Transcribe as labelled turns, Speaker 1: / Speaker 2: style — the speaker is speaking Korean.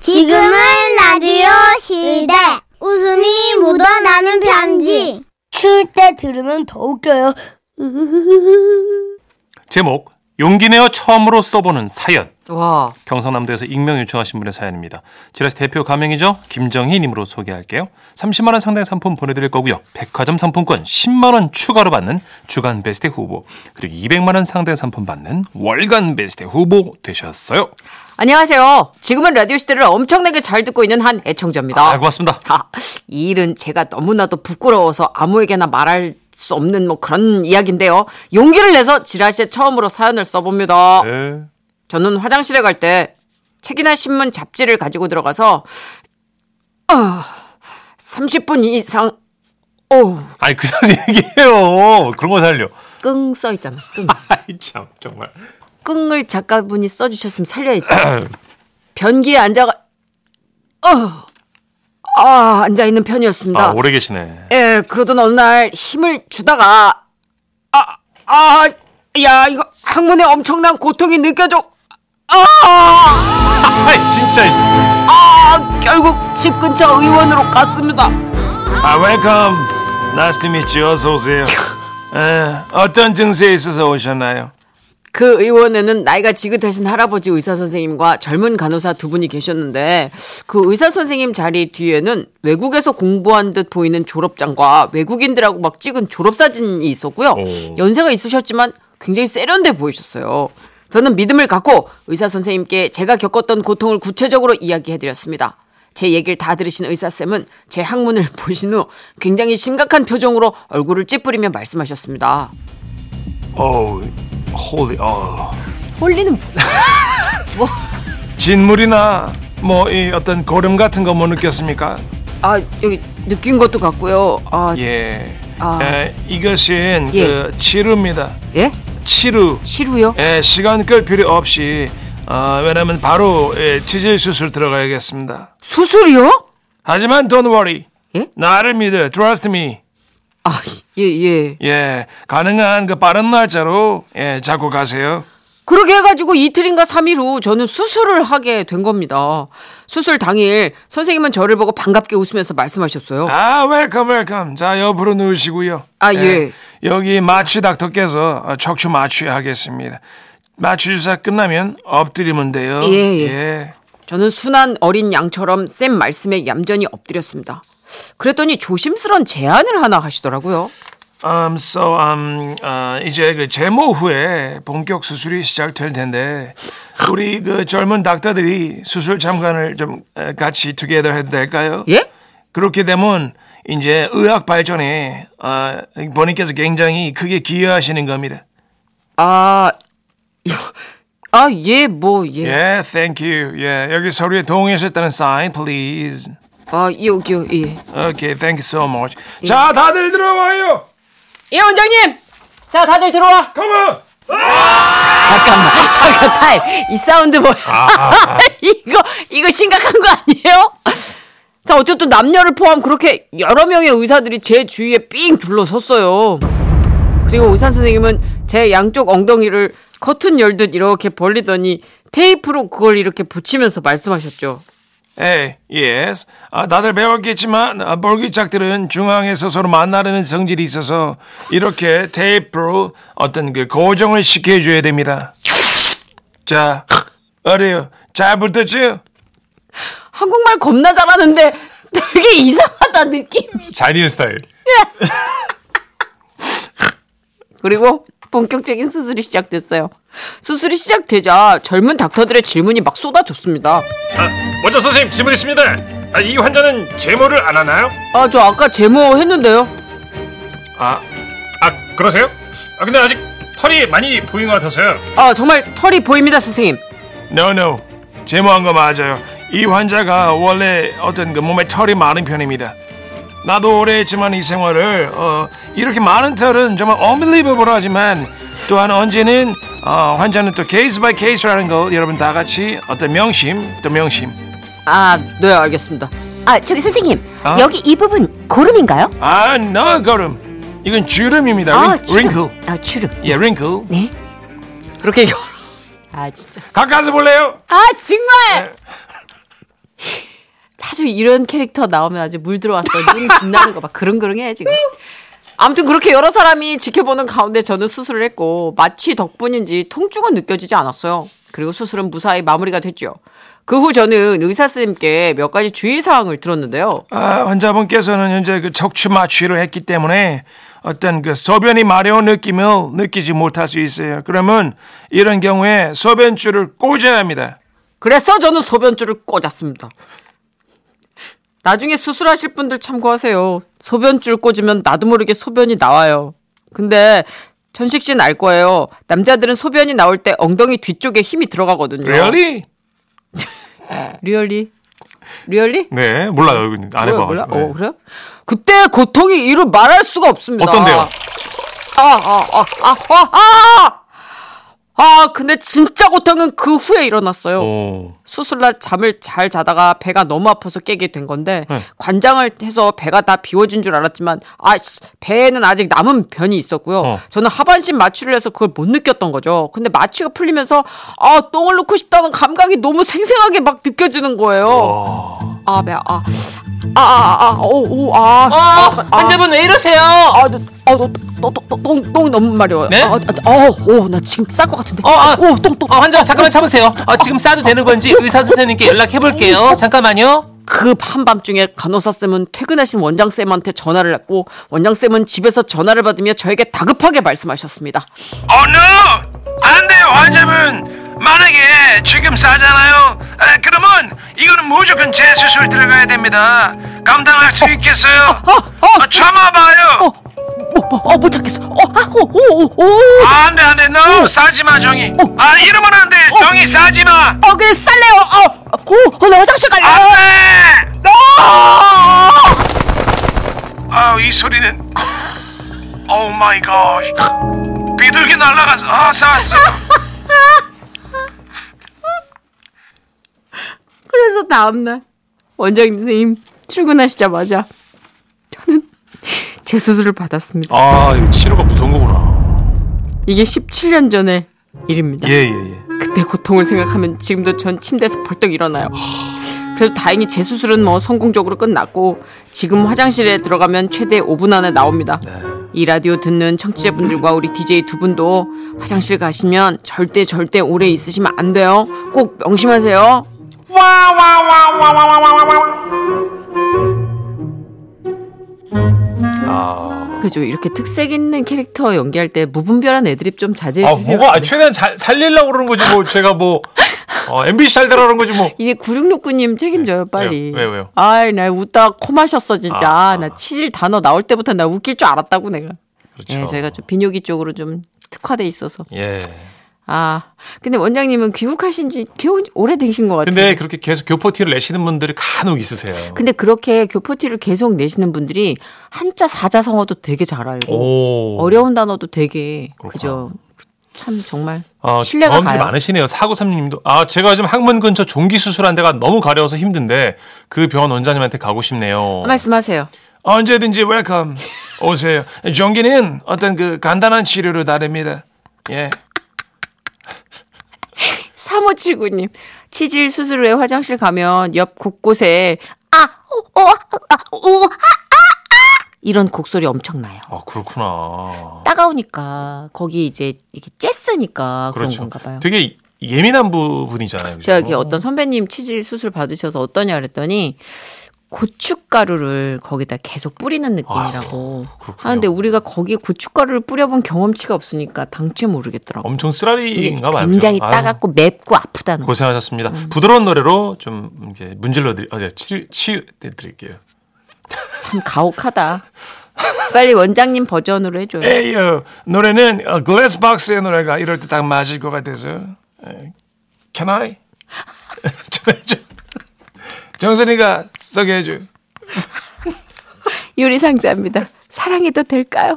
Speaker 1: 지금은 라디오 시대. 웃음이 묻어나는 편지.
Speaker 2: 추울 때 들으면 더 웃겨요.
Speaker 3: 제목 용기 내어 처음으로 써보는 사연
Speaker 4: 와,
Speaker 3: 경상남도에서 익명 요청하신 분의 사연입니다. 지라시 대표 가명이죠. 김정희님으로 소개할게요. 30만 원 상당의 상품 보내드릴 거고요. 백화점 상품권 10만 원 추가로 받는 주간 베스트 후보 그리고 200만 원 상당의 상품 받는 월간 베스트 후보 되셨어요.
Speaker 4: 안녕하세요. 지금은 라디오 시대를 엄청나게 잘 듣고 있는 한 애청자입니다.
Speaker 3: 아, 고맙습니다.
Speaker 4: 아, 이 일은 제가 너무나도 부끄러워서 아무에게나 말할 수 없는 뭐 그런 이야기인데요. 용기를 내서 지라시에 처음으로 사연을 써봅니다.
Speaker 3: 네.
Speaker 4: 저는 화장실에 갈 때 책이나 신문 잡지를 가지고 들어가서 아, 30분 이상
Speaker 3: 아니 그냥 얘기해요. 그런 거 살려.
Speaker 4: 끙 써 있잖아. 끙.
Speaker 3: 아이 참 정말.
Speaker 4: 끙을 작가분이 써주셨으면 살려야지. 변기에 앉아가 어, 아 앉아 있는 편이었습니다.
Speaker 3: 아 오래 계시네.
Speaker 4: 예, 그러던 어느 날 힘을 주다가 아, 아, 야, 이거 항문에 엄청난 고통이 느껴져. 아,
Speaker 3: 아 진짜.
Speaker 4: 아, 결국 집 근처 의원으로 갔습니다.
Speaker 3: 아 웰컴. Nice to meet you. 어서 오세요. 에, 어떤 증세에 있어서 오셨나요?
Speaker 4: 그 의원에는 나이가 지긋하신 할아버지 의사 선생님과 젊은 간호사 두 분이 계셨는데 그 의사 선생님 자리 뒤에는 외국에서 공부한 듯 보이는 졸업장과 외국인들하고 막 찍은 졸업사진이 있었고요.
Speaker 3: 오.
Speaker 4: 연세가 있으셨지만 굉장히 세련돼 보이셨어요. 저는 믿음을 갖고 의사 선생님께 제가 겪었던 고통을 구체적으로 이야기해드렸습니다. 제 얘기를 다 들으신 의사쌤은 제 항문을 보신 후 굉장히 심각한 표정으로 얼굴을 찌푸리며 말씀하셨습니다.
Speaker 3: 오, 홀리, 어.
Speaker 4: 홀리는
Speaker 3: 진물이나 뭐 이 어떤 고름 같은 거 못 느꼈습니까?
Speaker 4: 아 여기 느낀 것도 같고요. 아 예?
Speaker 3: 예.
Speaker 4: 아.
Speaker 3: 에, 이것은
Speaker 4: 예.
Speaker 3: 그 치료입니다. 치료.
Speaker 4: 치루요?
Speaker 3: 예, 시간 끌 필요 없이 어, 왜냐면 바로 예, 치질 수술 들어가야겠습니다.
Speaker 4: 수술이요?
Speaker 3: 하지만 don't worry.
Speaker 4: 예?
Speaker 3: 나를 믿어. Trust me.
Speaker 4: 아예 예.
Speaker 3: 예, 가능한 그 빠른 날짜로 예, 잡고 가세요.
Speaker 4: 그렇게 해가지고 이틀인가 삼일후 저는 수술을 하게 된 겁니다. 수술 당일 선생님은 저를 보고 반갑게 웃으면서 말씀하셨어요.
Speaker 3: 아, 웰컴 웰컴. 자, 옆으로 누우시고요.
Speaker 4: 아, 예.
Speaker 3: 여기 마취 닥터께서 어, 척추 마취하겠습니다. 마취 주사 끝나면 엎드리면 돼요.
Speaker 4: 예, 예. 저는 순한 어린 양처럼 쌤 말씀에 얌전히 엎드렸습니다. 그랬더니 조심스런 제안을 하나 하시더라고요.
Speaker 3: Um, so, um, 어, 이제 그 제모 후에 본격 수술이 시작될 텐데 우리 그 젊은 닥터들이 수술 참관을 좀 어, 같이 투게더 해도 될까요?
Speaker 4: 예?
Speaker 3: 그렇게 되면 이제 의학 발전에 어, 본인께서 굉장히 크게 기여하시는 겁니다.
Speaker 4: 아, 아, 예, 뭐, 예.
Speaker 3: 예, thank you. 예, 여기 서류에 동의하셨다는 sign, please.
Speaker 4: 아, 여기요, 예.
Speaker 3: Okay, thank you so much. 자, 다들 들어와요.
Speaker 4: 예, 원장님! 자, 다들 들어와!
Speaker 3: Come on.
Speaker 4: 잠깐만, 잠깐 타임. 이 사운드 뭐야? 이거 이거 심각한 거 아니에요? 자 어쨌든 남녀를 포함 그렇게 여러 명의 의사들이 제 주위에 삥 둘러섰어요. 그리고 의사 선생님은 제 양쪽 엉덩이를 커튼 열듯 이렇게 벌리더니 테이프로 그걸 이렇게 붙이면서 말씀하셨죠.
Speaker 3: Hey, 예, yes. 아, 다들 배웠겠지만 아, 볼기짝들은 중앙에서 서로 만나려는 성질이 있어서 이렇게 테이프로 어떤 그 고정을 시켜줘야 됩니다. 자, 어려요. 잘 붙었죠?
Speaker 4: 한국말 겁나 잘하는데 되게 이상하다 느낌이. 예.
Speaker 3: 자니언 스타일.
Speaker 4: 그리고 본격적인 수술이 시작됐어요. 수술이 시작되자 젊은 닥터들의 질문이 막 쏟아졌습니다.
Speaker 3: 먼저 선생님 질문 있습니다. 아, 이 환자는 제모를 안 하나요?
Speaker 4: 아, 저 아까 제모 했는데요.
Speaker 3: 아, 아 그러세요? 아 근데 아직 털이 많이 보인 것 같아서요.
Speaker 4: 아, 정말 털이 보입니다, 선생님.
Speaker 3: No no, 제모한 거 맞아요. 이 환자가 원래 어떤 그 몸에 털이 많은 편입니다. 나도 오래 했지만 이 생활을 어, 이렇게 많은 털은 정말 unbelievable하지만 또한 언제는 어, 환자는 또 케이스 바이 케이스라는 거 여러분 다 같이 어떤 명심 또 명심
Speaker 4: 아, 네, 알겠습니다.
Speaker 5: 아, 저기 선생님.
Speaker 3: 아?
Speaker 5: 여기 이 부분 고름인가요?
Speaker 3: 아 no 걸음 이건 주름입니다.
Speaker 5: 아,
Speaker 3: 링- wrinkle
Speaker 5: 아, 주름.
Speaker 3: 예 wrinkle
Speaker 5: 네.
Speaker 4: 그렇게 여러- 아, 진짜.
Speaker 3: 가까이서 볼래요?
Speaker 4: 아, 정말. 아주 이런 캐릭터 나오면 아주 물 들어왔어. 눈 빛나는 거 막 그릉그릉해 지금. 아무튼 그렇게 여러 사람이 지켜보는 가운데 저는 수술을 했고 마취 덕분인지 통증은 느껴지지 않았어요. 그리고 수술은 무사히 마무리가 됐죠. 그 후 저는 의사 선생님께 몇 가지 주의 사항을 들었는데요.
Speaker 3: 아, 환자분께서는 현재 그 척추 마취를 했기 때문에 어떤 그 소변이 마려운 느낌을 느끼지 못할 수 있어요. 그러면 이런 경우에 소변줄을 꽂아야 합니다.
Speaker 4: 그래서 저는 소변줄을 꽂았습니다. 나중에 수술하실 분들 참고하세요. 소변줄 꽂으면 나도 모르게 소변이 나와요. 근데 전식 씨는 알 거예요. 남자들은 소변이 나올 때 엉덩이 뒤쪽에 힘이 들어가거든요.
Speaker 3: Really?
Speaker 4: 리얼리? 리얼리?
Speaker 3: 네, 몰라요. 이건 안
Speaker 4: 몰라,
Speaker 3: 해봐가지고.
Speaker 4: 몰라?
Speaker 3: 네.
Speaker 4: 어, 그래요? 그때 고통이 이루 말할 수가 없습니다.
Speaker 3: 어떤데요?
Speaker 4: 아, 아, 아, 아, 아, 아! 아, 근데 진짜 고통은 그 후에 일어났어요.
Speaker 3: 오.
Speaker 4: 수술날 잠을 잘 자다가 배가 너무 아파서 깨게 된 건데
Speaker 3: 네.
Speaker 4: 관장을 해서 배가 다 비워진 줄 알았지만 아 씨, 배에는 아직 남은 변이 있었고요.
Speaker 3: 어.
Speaker 4: 저는 하반신 마취를 해서 그걸 못 느꼈던 거죠. 근데 마취가 풀리면서 아 똥을 놓고 싶다는 감각이 너무 생생하게 막 느껴지는 거예요. 아 배, 아. 어, 아아아오오아
Speaker 6: 어, 환자분 왜 이러세요?
Speaker 4: 아, 너, 아, 너, 너, 너, 너, 똥, 똥이 너무 마려워요.
Speaker 6: 네?
Speaker 4: 아, 아, 아, 오, 나 지금 쌀 것 같은데.
Speaker 6: 어, 아,
Speaker 4: 오, 똥, 똥.
Speaker 6: 아, 환자 잠깐만 참으세요. 아, 지금 싸도 되는 건지 의사 선생님께 연락해 볼게요. 잠깐만요.
Speaker 4: 그 한밤중에 간호사쌤은 퇴근하신 원장쌤한테 전화를 했고 원장쌤은 집에서 전화를 받으며 저에게 다급하게 말씀하셨습니다.
Speaker 3: 어, no! 안 돼요, 환자분! 만약에 지금 싸잖아요. 아, 그러면 이거는 무조건 재수술 들어가야 됩니다. 감당할 수 있겠어요?
Speaker 4: 어, 어.
Speaker 3: 어, 참아봐요!
Speaker 4: 뭐, 뭐, 어, 못 찾겠어. 어, 아, 오, 오, 오, 오.
Speaker 3: 아, 안 돼, 안 돼, no! 싸지마, 정이! 아, 이러면 안 돼! 정이 싸지마!
Speaker 4: 어, 그래, 쌀래요. 어, 오, 어, 나 화장실 갈래.
Speaker 3: 안 돼!
Speaker 4: 아!
Speaker 3: 아, 이 소리는... 오 마이 갓! 비둘기 날아가서... 아, 싸웠어!
Speaker 4: 그래서 다음날 원장님 출근하시자마자 저는 재수술을 받았습니다.
Speaker 3: 아, 이거 치료가 무서운 거구나.
Speaker 4: 이게 17년 전의 일입니다.
Speaker 3: 예, 예, 예.
Speaker 4: 그때 고통을 생각하면 지금도 전 침대에서 벌떡 일어나요. 그래도 다행히 제 수술은 뭐 성공적으로 끝났고 지금 화장실에 들어가면 최대 5분 안에 나옵니다.
Speaker 7: 네.
Speaker 4: 이 라디오 듣는 청취자분들과 우리 DJ 두 분도 화장실 가시면 절대 절대 오래 있으시면 안 돼요. 꼭 명심하세요.
Speaker 7: 아.
Speaker 4: 그죠 이렇게 특색 있는 캐릭터 연기할 때 무분별한 애드립 좀 자제해
Speaker 7: 아,
Speaker 4: 예, 주세요.
Speaker 7: 뭐가 아, 최대한 잘 살리려고 그러는 거지 뭐 제가 뭐 어, MBC 잘 되라는 거지 뭐.
Speaker 4: 이게 9669님 책임져요, 빨리.
Speaker 7: 네. 왜요? 왜요? 왜요?
Speaker 4: 아이, 나 웃다가 코 마셨어, 진짜.
Speaker 7: 아,
Speaker 4: 나 치질 단어 나올 때부터 나 웃길 줄 알았다고, 내가.
Speaker 7: 그렇죠.
Speaker 4: 예, 저희가 좀 비뇨기 쪽으로 좀 특화돼 있어서.
Speaker 7: 예.
Speaker 4: 아, 근데 원장님은 귀국하신 지 겨우 오래되신 것 같아요.
Speaker 7: 근데 그렇게 계속 교포티를 내시는 분들이 간혹 있으세요.
Speaker 4: 근데 그렇게 교포티를 계속 내시는 분들이 한자 사자성어도 되게 잘 알고
Speaker 7: 오.
Speaker 4: 어려운 단어도 되게
Speaker 7: 그렇구나.
Speaker 4: 그죠. 참 정말
Speaker 7: 아,
Speaker 4: 신뢰가
Speaker 7: 경험들이
Speaker 4: 가요.
Speaker 7: 많으시네요. 사고삼님도 아 제가 요즘 학문 근처 종기 수술한 데가 너무 가려워서 힘든데 그 병원 원장님한테 가고 싶네요.
Speaker 4: 아, 말씀하세요.
Speaker 3: 언제든지 웰컴 오세요. 정기는 어떤 그 간단한 치료로 다릅니다. 예.
Speaker 4: 3579님. 치질 수술 후에 화장실 가면 옆 곳곳에 아, 오, 오, 아, 오, 아, 아, 아 이런 곡소리 엄청 나요.
Speaker 7: 아 그렇구나.
Speaker 4: 따가우니까 거기 이제 이게 쬐스니까 그런
Speaker 7: 그렇죠.
Speaker 4: 건가 봐요.
Speaker 7: 되게 예민한 부분이잖아요.
Speaker 4: 제가
Speaker 7: 그죠?
Speaker 4: 이게 어떤 선배님 치질 수술 받으셔서 어떠냐 그랬더니 고춧가루를 거기다 계속 뿌리는 느낌이라고.
Speaker 7: 그렇군요.
Speaker 4: 아, 근데 우리가 거기 고춧가루를 뿌려본 경험치가 없으니까 당최 모르겠더라고.
Speaker 7: 엄청
Speaker 4: 이게
Speaker 7: 쓰라리인가 봐요. 그
Speaker 4: 굉장히
Speaker 7: 아유,
Speaker 4: 따갑고 음. 맵고 아프다는 거.
Speaker 7: 고생하셨습니다. 부드러운 노래로 좀 이렇게 문질러 드리 아, 네, 치, 치 드릴게요.
Speaker 4: 참 가혹하다. 빨리 원장님 버전으로 해줘요.
Speaker 3: 에이요 노래는 어, 글래스박스의 노래가 이럴 때 딱 맞을 것 같아서. 에, Can I? 좀 해줘. 정선이가 써게 해줘.
Speaker 4: 요리상자입니다. 사랑해도 될까요?